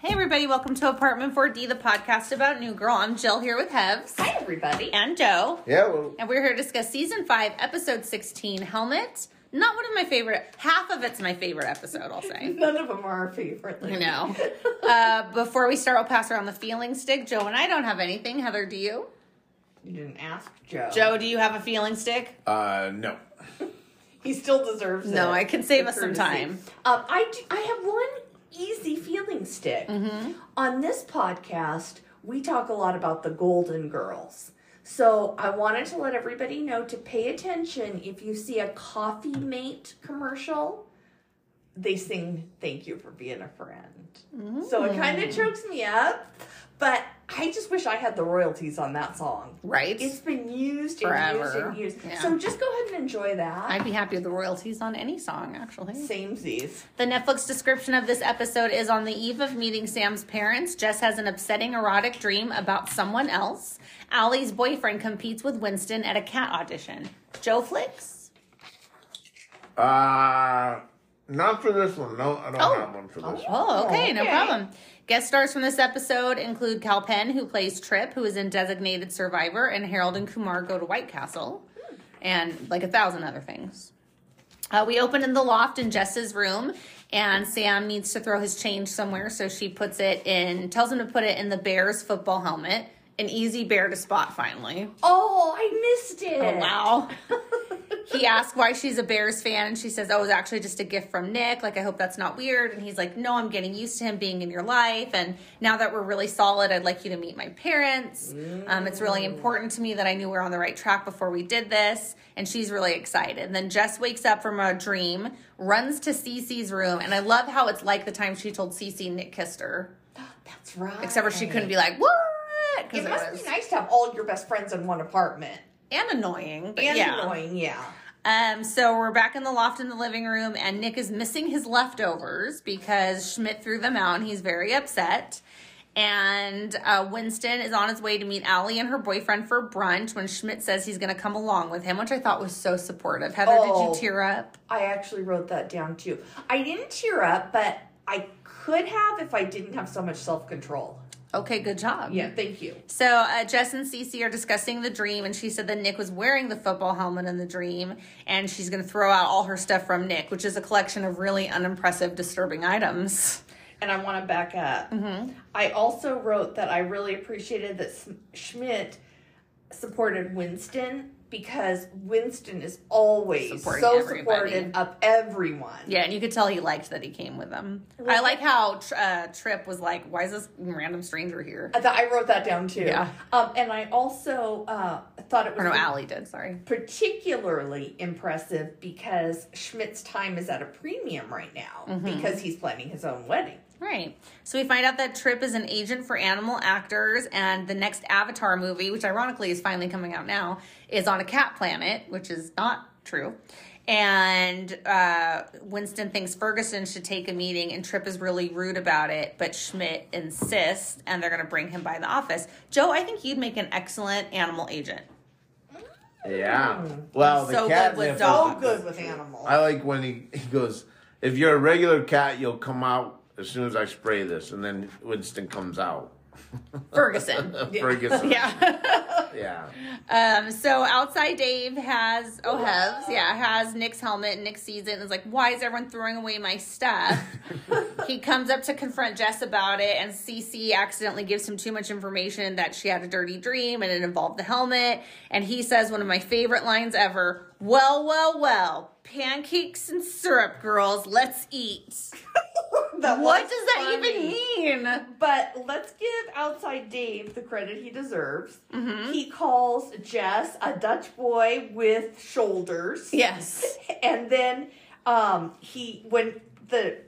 Hey everybody, welcome to Apartment 4D, the podcast about New Girl. I'm Jill here with Hevs Hi, everybody. and Joe. Yeah, well, And we're here to discuss season five, episode 16, Helmet. Not one of my favorite, half of it's my favorite episode, I'll say. None of them are our favorite. I know. Uh, before we start, I'll pass around the feeling stick. Joe and I don't have anything. Heather, do you? You didn't ask Joe. Joe, do you have a feeling stick? uh, no. He still deserves it. No, I can save The us some courtesy. time. Um, I, do- I have one easy feeling stick. Mm-hmm. On this podcast, we talk a lot about the Golden Girls. So I wanted to let everybody know to pay attention if you see a Coffee Mate commercial. They sing "Thank You for Being a Friend," so it kind Mm. of chokes me up. But I just wish I had the royalties on that song. Right? It's been used and Forever. used and used. Yeah. So just go ahead and enjoy that. I'd be happy with the royalties on any song, actually. Same Z's. The Netflix description of this episode is on the eve of meeting Sam's parents, Jess has an upsetting erotic dream about someone else. Allie's boyfriend competes with Winston at a cat audition. Joe Flicks? Uh, not for this one. No, I don't Oh. have one for this one. Oh, okay, no okay. problem. Guest stars from this episode include Cal Penn, who plays Trip, who is in Designated Survivor, and Harold and Kumar go to White Castle, and like a thousand other things. Uh, we open in the loft in Jess's room, and Sam needs to throw his change somewhere, so she puts it in, tells him to put it in the Bears football helmet. An easy bear to spot, finally. Oh, I missed it. Oh, wow. he asks why she's a Bears fan, and she says, Oh, it's actually just a gift from Nick. Like, I hope that's not weird. And he's like, No, I'm getting used to him being in your life. And now that we're really solid, I'd like you to meet my parents. Um, it's really Mm. important to me that I knew we were on the right track before we did this. And she's really excited. And then Jess wakes up from a dream, runs to Cece's room. And I love how it's like the time she told Cece Nick kissed her, That's right. except for she couldn't be like, What? 'Cause It must be nice to have all your best friends in one apartment. and annoying. But And yeah. annoying, yeah. Um, so we're back in the loft in the living room, and Nick is missing his leftovers because Schmidt threw them out, and he's very upset. And uh, Winston is on his way to meet Allie and her boyfriend for brunch when Schmidt says he's going to come along with him, which I thought was so supportive. Heather, Oh. did you tear up? I actually wrote that down too. I didn't tear up, but I could have if I didn't have so much self control. Okay, good job. Yeah, thank you. So uh, Jess and Cece are discussing the dream, and she said that Nick was wearing the football helmet in the dream, and she's going to throw out all her stuff from Nick, which is a collection of really unimpressive, disturbing items. And I want to back up. Mm-hmm. I also wrote that I really appreciated that Sm- Schmidt supported Winston because Winston is always Supporting so everybody. supportive of everyone. Yeah, and you could tell he liked that he came with them. I like how Tr- uh, Trip was like, "Why is this random stranger here?" I, thought, I wrote that down too. Yeah. Um, and I also uh, thought it was Or no, Allie did. Sorry. particularly impressive because Schmidt's time is at a premium right now Mm-hmm. because he's planning his own wedding. Right. So we find out that Trip is an agent for animal actors, and the next Avatar movie, which ironically is finally coming out now, is on a cat planet, which is not true. And uh, Winston thinks Ferguson should take a meeting, and Trip is really rude about it, but Schmidt insists, and they're going to bring him by the office. Joe, I think you'd make an excellent animal agent. Yeah. Well, the So good cat. with nip is- dogs. So good with animals. Oh, I like when he, he goes, if you're a regular cat, you'll come out as soon as I spray this. And then Winston comes out. Ferguson. Ferguson. Yeah. Yeah. Um, so outside Dave has oh Hevs, yeah, has Nick's helmet and Nick sees it and is like, Why is everyone throwing away my stuff? he comes up to confront Jess about it and CC accidentally gives him too much information that she had a dirty dream and it involved the helmet. And he says one of my favorite lines ever, Well, well, well, pancakes and syrup, girls, let's eat. That What was does that funny. even mean? But let's give outside Dave the credit he deserves. Mm-hmm. He calls Jess a Dutch boy with shoulders. Yes. and then um, he when the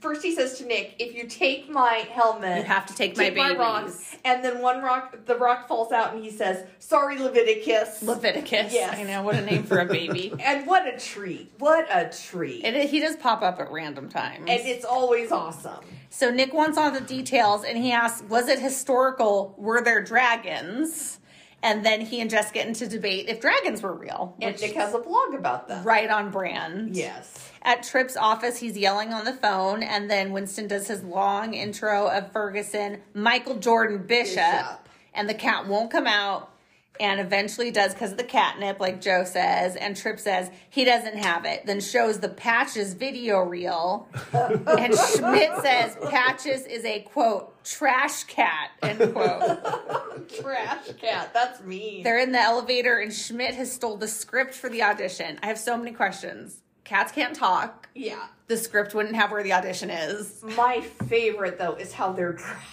First, he says to Nick, "If you take my helmet, You have to take my take my, rocks." babies. And then one rock, the rock falls out, and he says, "Sorry, Leviticus." Leviticus. Yes. I know what a name for a baby. and what a treat! What a treat! It is, he does pop up at random times. and it's always awesome. so Nick wants all the details and he asks, was it historical? Were there dragons? And then he and Jess get into debate if dragons were real. And Nick has a blog about that. right on brand. Yes. At Tripp's office, he's yelling on the phone, and then Winston does his long intro of Ferguson, Michael Jordan Bishop, Bishop. and the cat won't come out. And eventually does because of the catnip, like Joe says, and Tripp says he doesn't have it. Then shows the Patches video reel, and Schmidt says Patches is a quote trash cat end quote. Trash cat. That's me. They're in the elevator, and Schmidt has stole the script for the audition. I have so many questions. Cats can't talk. yeah. The script wouldn't have where the audition is. My favorite though is how they're dressed.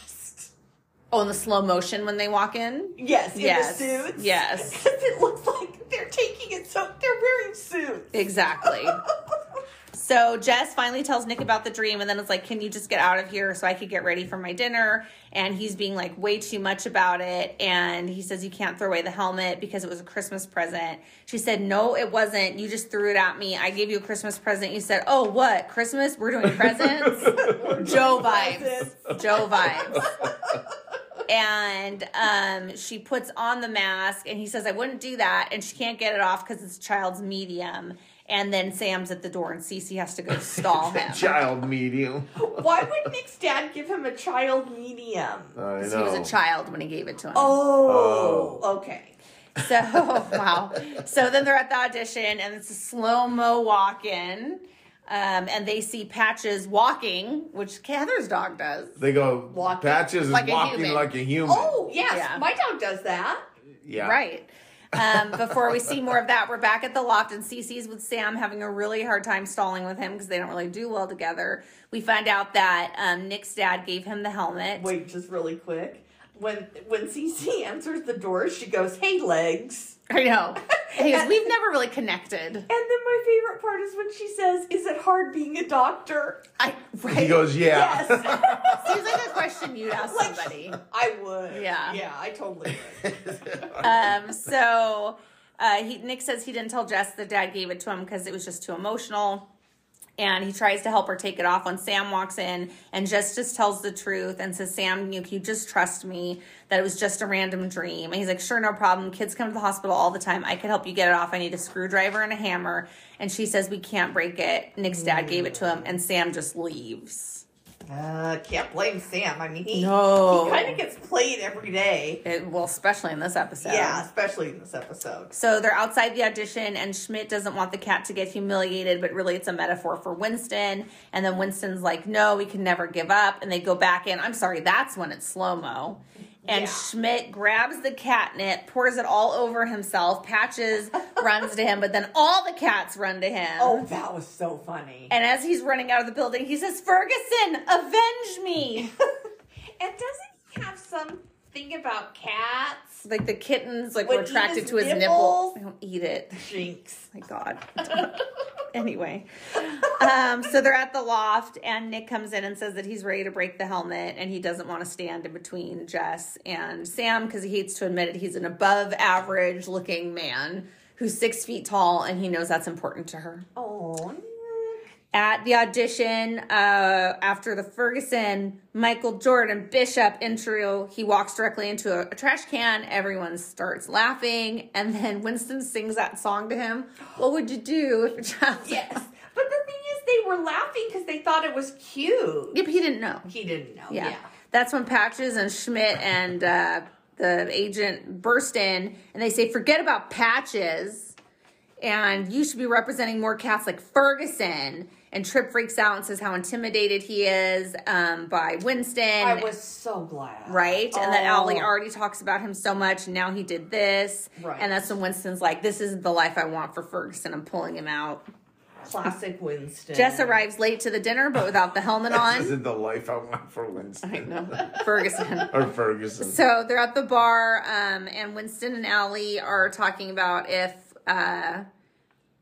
Oh, in the slow motion when they walk in. Yes, in Yes, the suits. yes. 'Cause it looks like they're taking it so they're wearing suits. Exactly. so Jess finally tells Nick about the dream, and then it's like, "Can you just get out of here so I could get ready for my dinner?" And he's being like way too much about it, and he says, "You can't throw away the helmet because it was a Christmas present." She said, "No, it wasn't. You just threw it at me. I gave you a Christmas present." You said, "Oh, what Christmas? We're doing presents." Joe vibes. Presents. Joe vibes. and um, she puts on the mask and he says, I wouldn't do that. And she can't get it off because it's a child's medium. And then Sam's at the door and Cece has to go stall him. Child medium. Why would Nick's dad give him a child medium? I know. Because he was a child when he gave it to him. Oh, okay. So, oh, wow. So then they're at the audition and it's a slow mo walk in. Um, and they see Patches walking, which Heather's dog does. They go Walking patches is like a walking human. like a human. Oh, yes. Yeah. My dog does that. yeah. Right. Um, before we see more of that, we're back at the loft, and Cece's with Sam having a really hard time stalling with him because they don't really do well together. We find out that um, Nick's dad gave him the helmet. Wait, just really quick. When when Cece answers the door, she goes, "Hey, legs." I know. He goes, We've never really connected. And then my favorite part is when she says, "Is it hard being a doctor?" I, right. He goes, yeah. Yes, Seems like a question you'd ask Like- somebody. I would. Yeah. yeah, I totally would. Um, so uh, he, Nick says he didn't tell Jess that dad gave it to him because it was just too emotional. And he tries to help her take it off when Sam walks in, and Jess just tells the truth and says, Sam, you, you just trust me that it was just a random dream. And he's like, Sure, no problem. Kids come to the hospital all the time. I could help you get it off. I need a screwdriver and a hammer. And she says, We can't break it. Nick's dad gave it to him, and Sam just leaves. Uh, can't blame Sam. I mean, he, No. he kind of gets played every day. It, well, especially in this episode. Yeah, especially in this episode. So they're outside the audition, and Schmidt doesn't want the cat to get humiliated, but really it's a metaphor for Winston. And then Winston's like, No, we can never give up. And they go back in. I'm sorry, that's when it's slow mo. And Yeah. Schmidt grabs the catnip, pours it all over himself. Patches runs to him, but then all the cats run to him. Oh, that was so funny. And And, as he's running out of the building, he says, Ferguson, avenge me. doesn't he have something about cats? like the kittens like Would were eat attracted his to his nipple. nipples. I don't eat it. Jinx. my god anyway um, so they're at the loft and nick comes in and says that he's ready to break the helmet and he doesn't want to stand in between jess and sam because he hates to admit it he's an above average looking man who's six feet tall and he knows that's important to her Oh, at the audition uh, after the Ferguson Michael Jordan Bishop intro, he walks directly into a, a trash can. Everyone starts laughing, and then Winston sings that song to him. What would you do if a child? yes. But the thing is, they were laughing because they thought it was cute. Yep, he didn't know. He didn't know. Yeah. Yeah. That's when Patches and Schmidt and uh, the agent burst in and they say, forget about Patches and you should be representing more cats like Ferguson. And Trip freaks out and says how intimidated he is um, by Winston. I was so glad. Right? And that Oh. Allie already talks about him so much. and Now he did this. Right. And that's when Winston's like, this isn't the life I want for Ferguson. I'm pulling him out. Classic Winston. Jess arrives late to the dinner, but without the helmet This on. isn't the life I want for Winston Ferguson. or Ferguson. So they're at the bar, um, and Winston and Allie are talking about if, uh,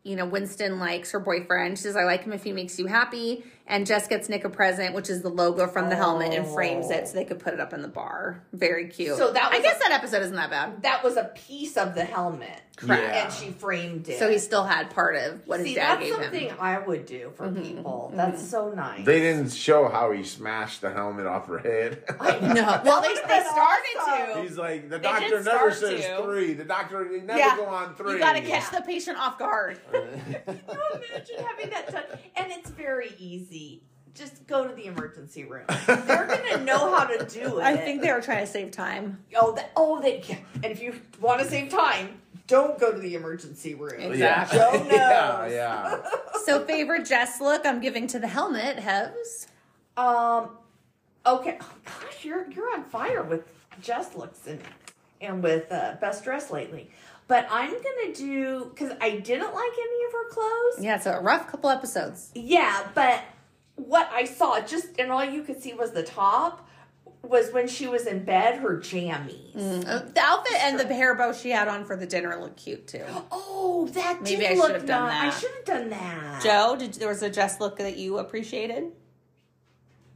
you know, Winston likes her boyfriend. She says, I like him if he makes you happy. And Jess gets Nick a present, which is the logo from the helmet, and frames it so they could put it up in the bar. Very cute. So that I was guess a- that episode isn't that bad. That was a piece of the helmet. Correct. Yeah. And she framed it. So he still had part of what See, his dad that's gave something him. Mm-hmm, I would do for people. That's so nice. They didn't show how he smashed the helmet off her head. No, well they, they That's started awesome. to. He's like, the did doctor never start says to. three. The doctor they never go on three. You got to catch the patient off guard. Can you imagine having that done? And it's very easy. Just go to the emergency room. They're gonna know how to do it. I think they were trying to save time. Oh, that, oh, that. yeah. And if you want to save time, don't go to the emergency room. Yeah. Exactly. Joe knows. yeah, yeah. So favorite Jess look I'm giving to the helmet, Hevs. Um. Okay. Oh, gosh, you're you're on fire with Jess looks and and with uh, best dress lately. But I'm gonna do because I didn't like any of her clothes. Yeah, so a rough couple episodes. Yeah, but what I saw just and all you could see was the top was when she was in bed, her jammies. Uh, The outfit and the hair bow she had on for the dinner looked cute too. Oh, that Maybe I should did look have done nice. that. I should have done that. Joe, did there was a Jess look that you appreciated?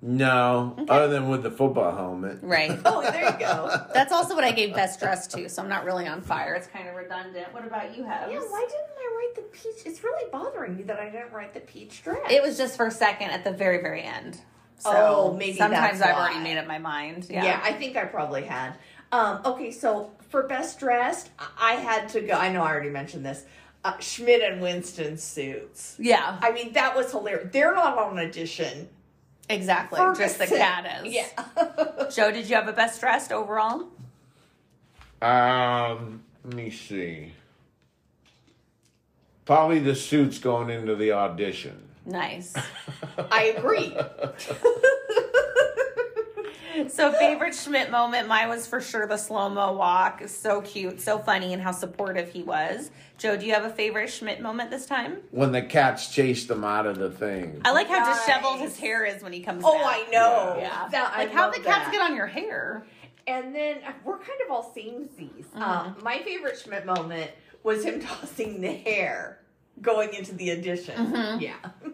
No, other than with the football helmet. Right. Oh, there you go. That's also what I gave best dress to, so I'm not really on fire. It's kind of redundant. What about you, Hevs? yeah, why didn't I write the peach? It's really bothering me that I didn't write the peach dress. It was just for a second at the very, very end. So Oh, maybe sometimes that's I've why. already made up my mind. Yeah. Yeah. I think I probably had. Um, okay, so for best dressed, I- I had to go. I know I already mentioned this. Uh, Schmidt and Winston suits. Yeah, I mean, that was hilarious. They're not on audition. exactly. Just the Ferguson. cat is. Yeah. Joe, did you have a best dressed overall? Um, let me see. Probably the suits going into the audition. Nice. I agree. So favorite Schmidt moment, mine was for sure the slow mo walk. It's So cute, so funny, and how supportive he was. Joe, do you have a favorite Schmidt moment this time? When the cats chased them out of the thing. I like how disheveled Nice. his hair is when he comes. Oh, back. I know. Yeah, That, I like how love the cats that. get on your hair. And then uh, we're kind of all samesies. Mm-hmm. Uh, my favorite Schmidt moment was him tossing the hair going into the audition. Mm-hmm. Yeah.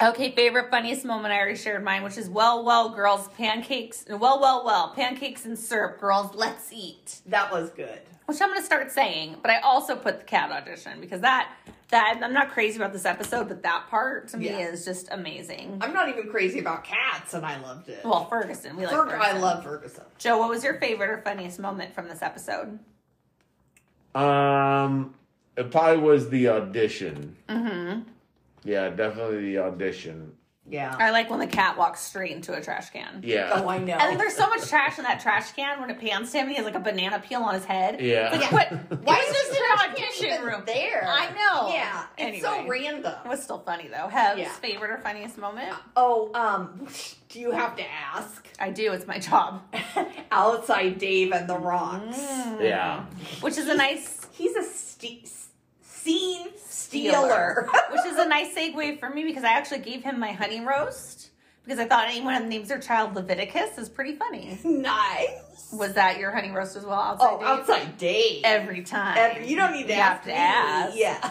Okay, favorite funniest moment I already shared mine, which is well, well, girls, pancakes, well, well, well, pancakes and syrup, girls, let's eat. That was good. Which I'm gonna start saying, but I also put the cat audition because that that I'm not crazy about this episode, but that part to me Yeah. is just amazing. I'm not even crazy about cats, and I loved it. Well, Ferguson, we like Ferg- Ferguson. I love Ferguson. Joe, what was your favorite or funniest moment from this episode? Um, it probably was the audition. Mm-hmm. Yeah, definitely the audition. Yeah. I like when the cat walks straight into a trash can. Yeah. Oh, I know. And there's so much trash in that trash can when it pans to him, he has like a banana peel on his head. Yeah. It's Like, what? Why is this an Trash can't audition even room? there? I know. Yeah. It's so Anyway. random. It was still funny though. Hev's Yeah. favorite or funniest moment? Oh, um, do you have to ask? I do. It's my job, Outside Dave and the Rocks. Mm. Yeah. which is a nice He's a ste- s- scene dealer, stealer. which is a nice segue for me because I actually gave him my honey roast because I thought anyone who names their child Leviticus is pretty funny. nice. Was that your honey roast as well? Outside Oh, Dave? outside Dave. every time. Every- you don't need to You ask. have to ask. me. Yeah.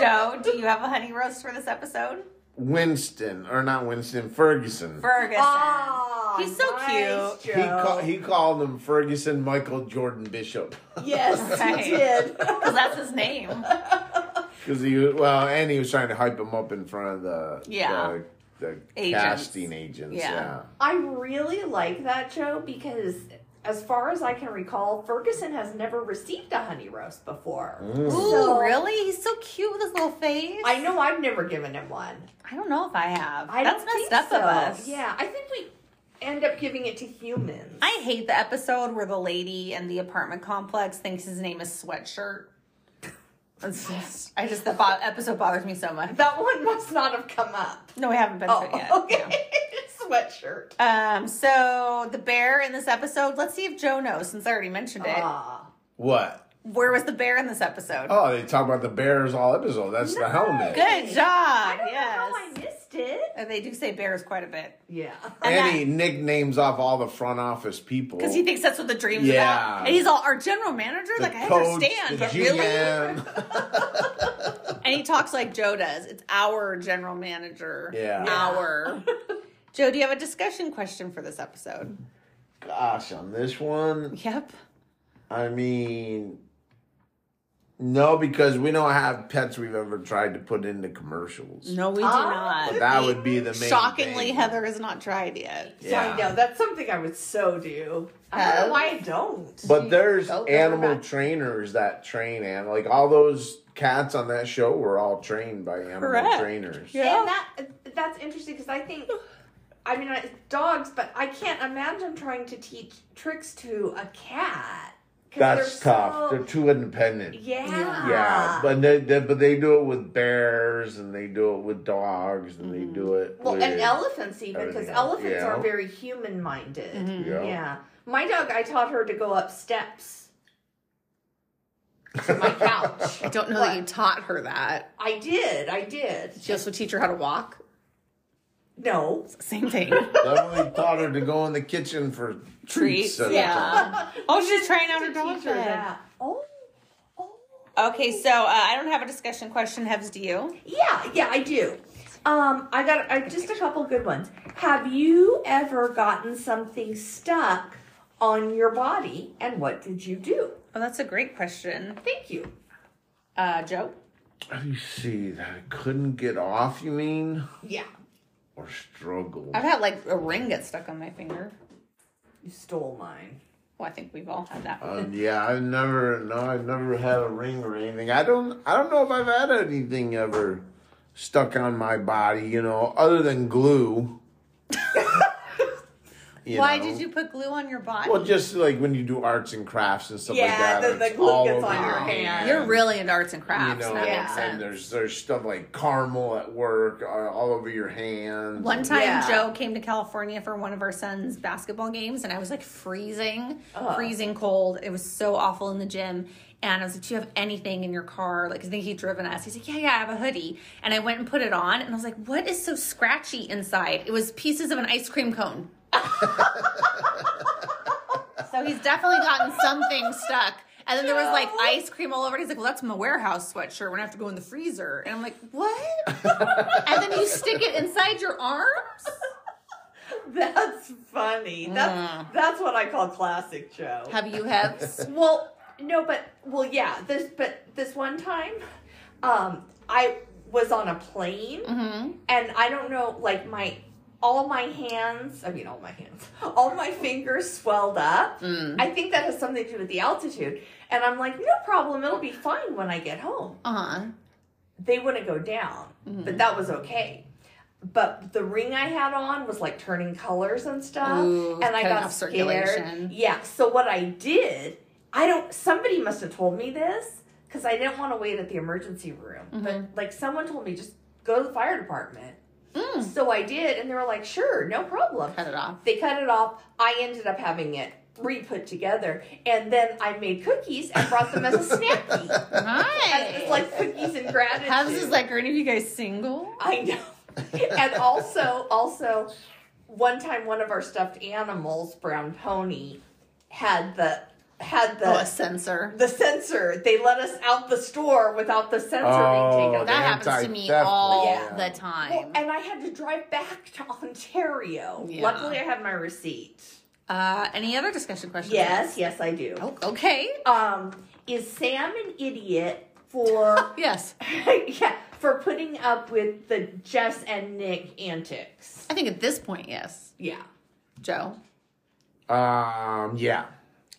Joe, do you have a honey roast for this episode? Winston, or not Winston, Ferguson. Ferguson. Ah, He's so nice, he, Joe. ca- he called him Ferguson Michael Jordan Bishop. yes, Right. he did. Because that's his name. Because he was, well, and he was trying to hype him up in front of the Yeah. the, the Agents. casting agents. Yeah. Yeah. I really like that, Joe, because as far as I can recall, Ferguson has never received a honey roast before. Ooh, Mm. So- really? He's so cute with his little face. I know I've never given him one. I don't know if I have. I That's don't messed think up so. of us. Yeah, I think we end up giving it to humans. I hate the episode where the lady in the apartment complex thinks his name is Sweatshirt. It's just, I just, the bo- episode bothers me so much. that one must not have come up. No, we haven't been Oh, through it yet. okay. Yeah. Sweatshirt. Um, so the bear in this episode, let's see if Joe knows since I already mentioned it. Ah, What? Where was the bear in this episode? Oh, they talk about the Bears all episode. That's the helmet. Good job. I don't yes. know how Oh, I missed it. And they do say bears quite a bit. Yeah. And, And he that- nicknames off all the front office people. Because he thinks that's what the dream's Yeah. about. And he's all, our general manager? the like, I coach, understand, the but really? GM. And he talks like Joe does. It's our general manager. Yeah. Our. Joe, do you have a discussion question for this episode? Gosh, on this one, Yep. I mean, no, because we don't have pets we've ever tried to put into commercials. No, we do Ah. not. That would be the main Shockingly, thing. Heather has not tried yet. Yeah. I know that's something I would so do. I don't know why I don't. But there's Oh, they're animal back. trainers that train and like all those cats on that show were all trained by animal Correct. trainers. Yeah. And that that's interesting because I think, I mean, I- dogs, but I can't imagine trying to teach tricks to a cat. 'Cause That's they're tough. so- They're too independent. yeah. Yeah, but they, they but they do it with bears and they do it with dogs and they do Mm. it well, with and elephants even because everything else, elephants Oh, yeah. Mm-hmm. are very human-minded. Yeah. Yeah. My dog, I taught her to go up steps to my couch. I don't know that you taught her that. I did. I did. She also teach her how to walk. No. Same thing. Definitely taught her to go in the kitchen for treats. Treats. at a time. Yeah. Oh, she's trying out her dog. Teach her then. that. Oh. Okay, so uh, I don't have a discussion question. Hebs, do you? Yeah, yeah, I do. Um, I got I, just a couple good ones. Have you ever gotten something stuck on your body, and what did you do? Oh, that's a great question. Thank you. Uh, Joe? Let me see that I couldn't get off. You mean Yeah, or struggled? I've had like a ring get stuck on my finger. you stole mine. Well, I think we've all had that. Um, yeah, I've never no, I've never had a ring or anything. I don't I don't know if I've had anything ever stuck on my body. You know, other than glue. You Why know? did you put glue on your body? Well, just like when you do arts and crafts and stuff like Yeah, that, the- the it's glue all gets on over your me. hand. You're really into arts and You crafts. know, that yeah. makes and sense. there's there's stuff like caramel at work, uh, all over your hands. One time, Yeah. Joe came to California for one of our son's basketball games, and I was like freezing, freezing cold. It was so awful in the gym. And I was like, Do you have anything in your car? Like, 'cause I think he'd driven us. He's like, Yeah, yeah, I have a hoodie. And I went and put it on, and I was like, What is so scratchy inside? It was pieces of an ice cream cone. so he's definitely gotten something stuck. And then there was like ice cream all over it. He's like, Well, that's my warehouse sweatshirt. We're gonna have to go in the freezer. And I'm like, What? and then you stick it inside your arms? That's funny. That's that's what I call classic Joe. Have you have? Well, no, but well, yeah. This, but this one time, um, I was on a plane, and I don't know, like my all my hands. I mean, all my hands, all my fingers swelled up. I think that has something to do with the altitude. And I'm like, no problem. It'll be fine when I get home. Uh-huh. They wouldn't go down, Mm-hmm. but that was okay. But the ring I had on was like turning colors and stuff, Ooh, and I cutting got off scared. circulation. Yeah. So what I did, I don't. Somebody must have told me this because I didn't want to wait at the emergency room. Mm-hmm. But like someone told me, just go to the fire department. So I did, and they were like, "Sure, no problem." Mm. Cut it off. They cut it off. I ended up having it re-put together, and then I made cookies and brought them as a snacky. And Nice. it's like cookies and gratitude. How's this like, are any of you guys single? I know. and also, also, one time, one of our stuffed animals, brown pony, had the had Oh, a the sensor. the sensor. They let us out the store without the sensor being oh, taken. the That happens to me anti-theft all law. the Well, time. and I had to drive back to Ontario. Yeah. Luckily, I had my receipt. Uh, any other discussion questions? Yes, yes, I do. Oh, okay. Um, is Sam an idiot for Yes. yeah for putting up with the Jess and Nick antics? I think at this point, yes. Yeah. Joe. Um, yeah,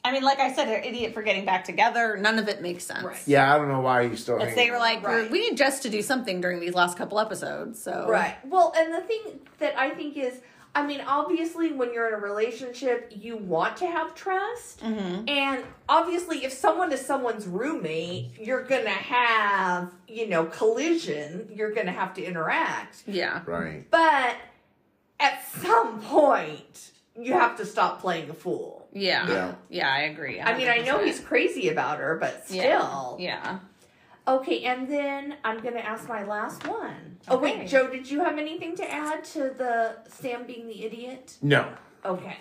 I mean, like I said, an idiot for getting back together. None of it makes sense. Right. yeah. I don't know why you still. If hang they were like, Right. we need Jess to do something during these last couple episodes. So Right. Well, and the thing that I think is, I mean, obviously, when you're in a relationship, you want to have trust, and obviously, if someone is someone's roommate, you're gonna have, you know, collision. You're gonna have to interact, Yeah. right. but at some point, you have to stop playing the fool. Yeah. Yeah. Yeah, I agree. I mean, I know 100%. he's crazy about her, but still. Yeah. yeah. Okay, and then I'm gonna ask my last one. Oh Okay. wait, Joe, did you have anything to add to the Sam being the idiot? No, Okay.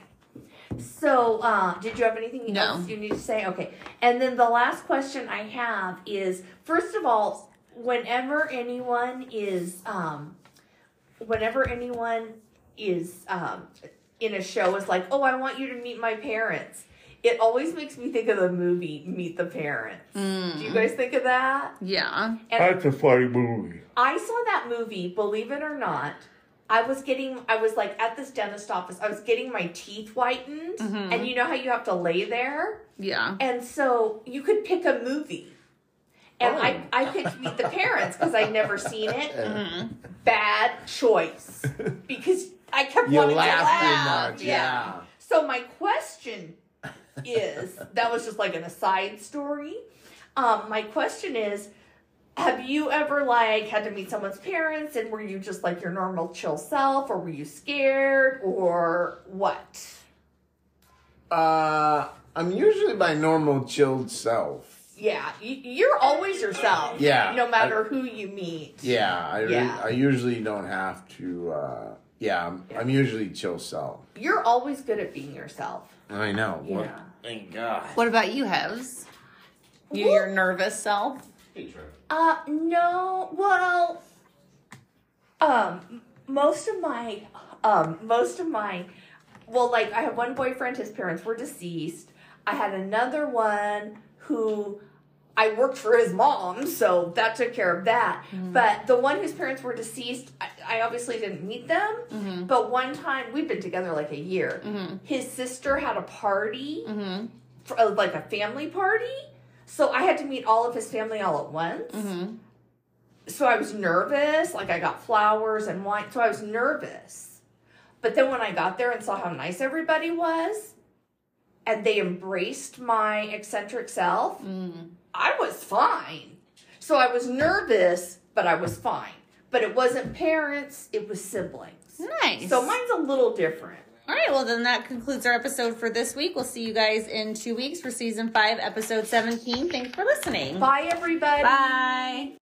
So, uh, did you have anything No. else you need to say? Okay, and then the last question I have is: first of all, whenever anyone is um whenever anyone is um in a show is like, "Oh, I want you to meet my parents." It always makes me think of the movie Meet the Parents. Do you Mm. guys think of that? Yeah. And a funny movie. I saw that movie, believe it or not. I was getting I was like at this dentist office. I was getting my teeth whitened, and you know how you have to lay there? Yeah. And so you could pick a movie. And I, I picked Meet the Parents because I'd never seen it. Bad choice. Because I kept You wanting laugh to too laugh. much, yeah. So my question is that was just like an aside story. Um, my question is have you ever like had to meet someone's parents and were you just like your normal chill self or were you scared or what? Uh, I'm usually my normal chilled self. Yeah, y- you're always yourself. Yeah. No matter who you meet. Yeah, I, re- Yeah. I usually don't have to. Uh, yeah, I'm, I'm usually chill self. You're always good at being yourself. I know. Yeah. Well, Thank God. What about you, Hevs? You, your nervous self? Uh, no. Well, um, most of my, um, most of my, well, like I had one boyfriend. His parents were deceased. I had another one who I worked for his mom, so that took care of that. But the one whose parents were deceased, I, I obviously didn't meet them. But one time, we'd been together like a year. His sister had a party for, uh, like a family party. So I had to meet all of his family all at once. So I was nervous. Like I got flowers and wine. So I was nervous. But then when I got there and saw how nice everybody was, and they embraced my eccentric self, I was fine. So I was nervous, but I was fine. But it wasn't parents, it was siblings. Nice. So mine's a little different. All right, well, then that concludes our episode for this week. We'll see you guys in two weeks for season five, episode 17. Thanks for listening. Bye, everybody. Bye.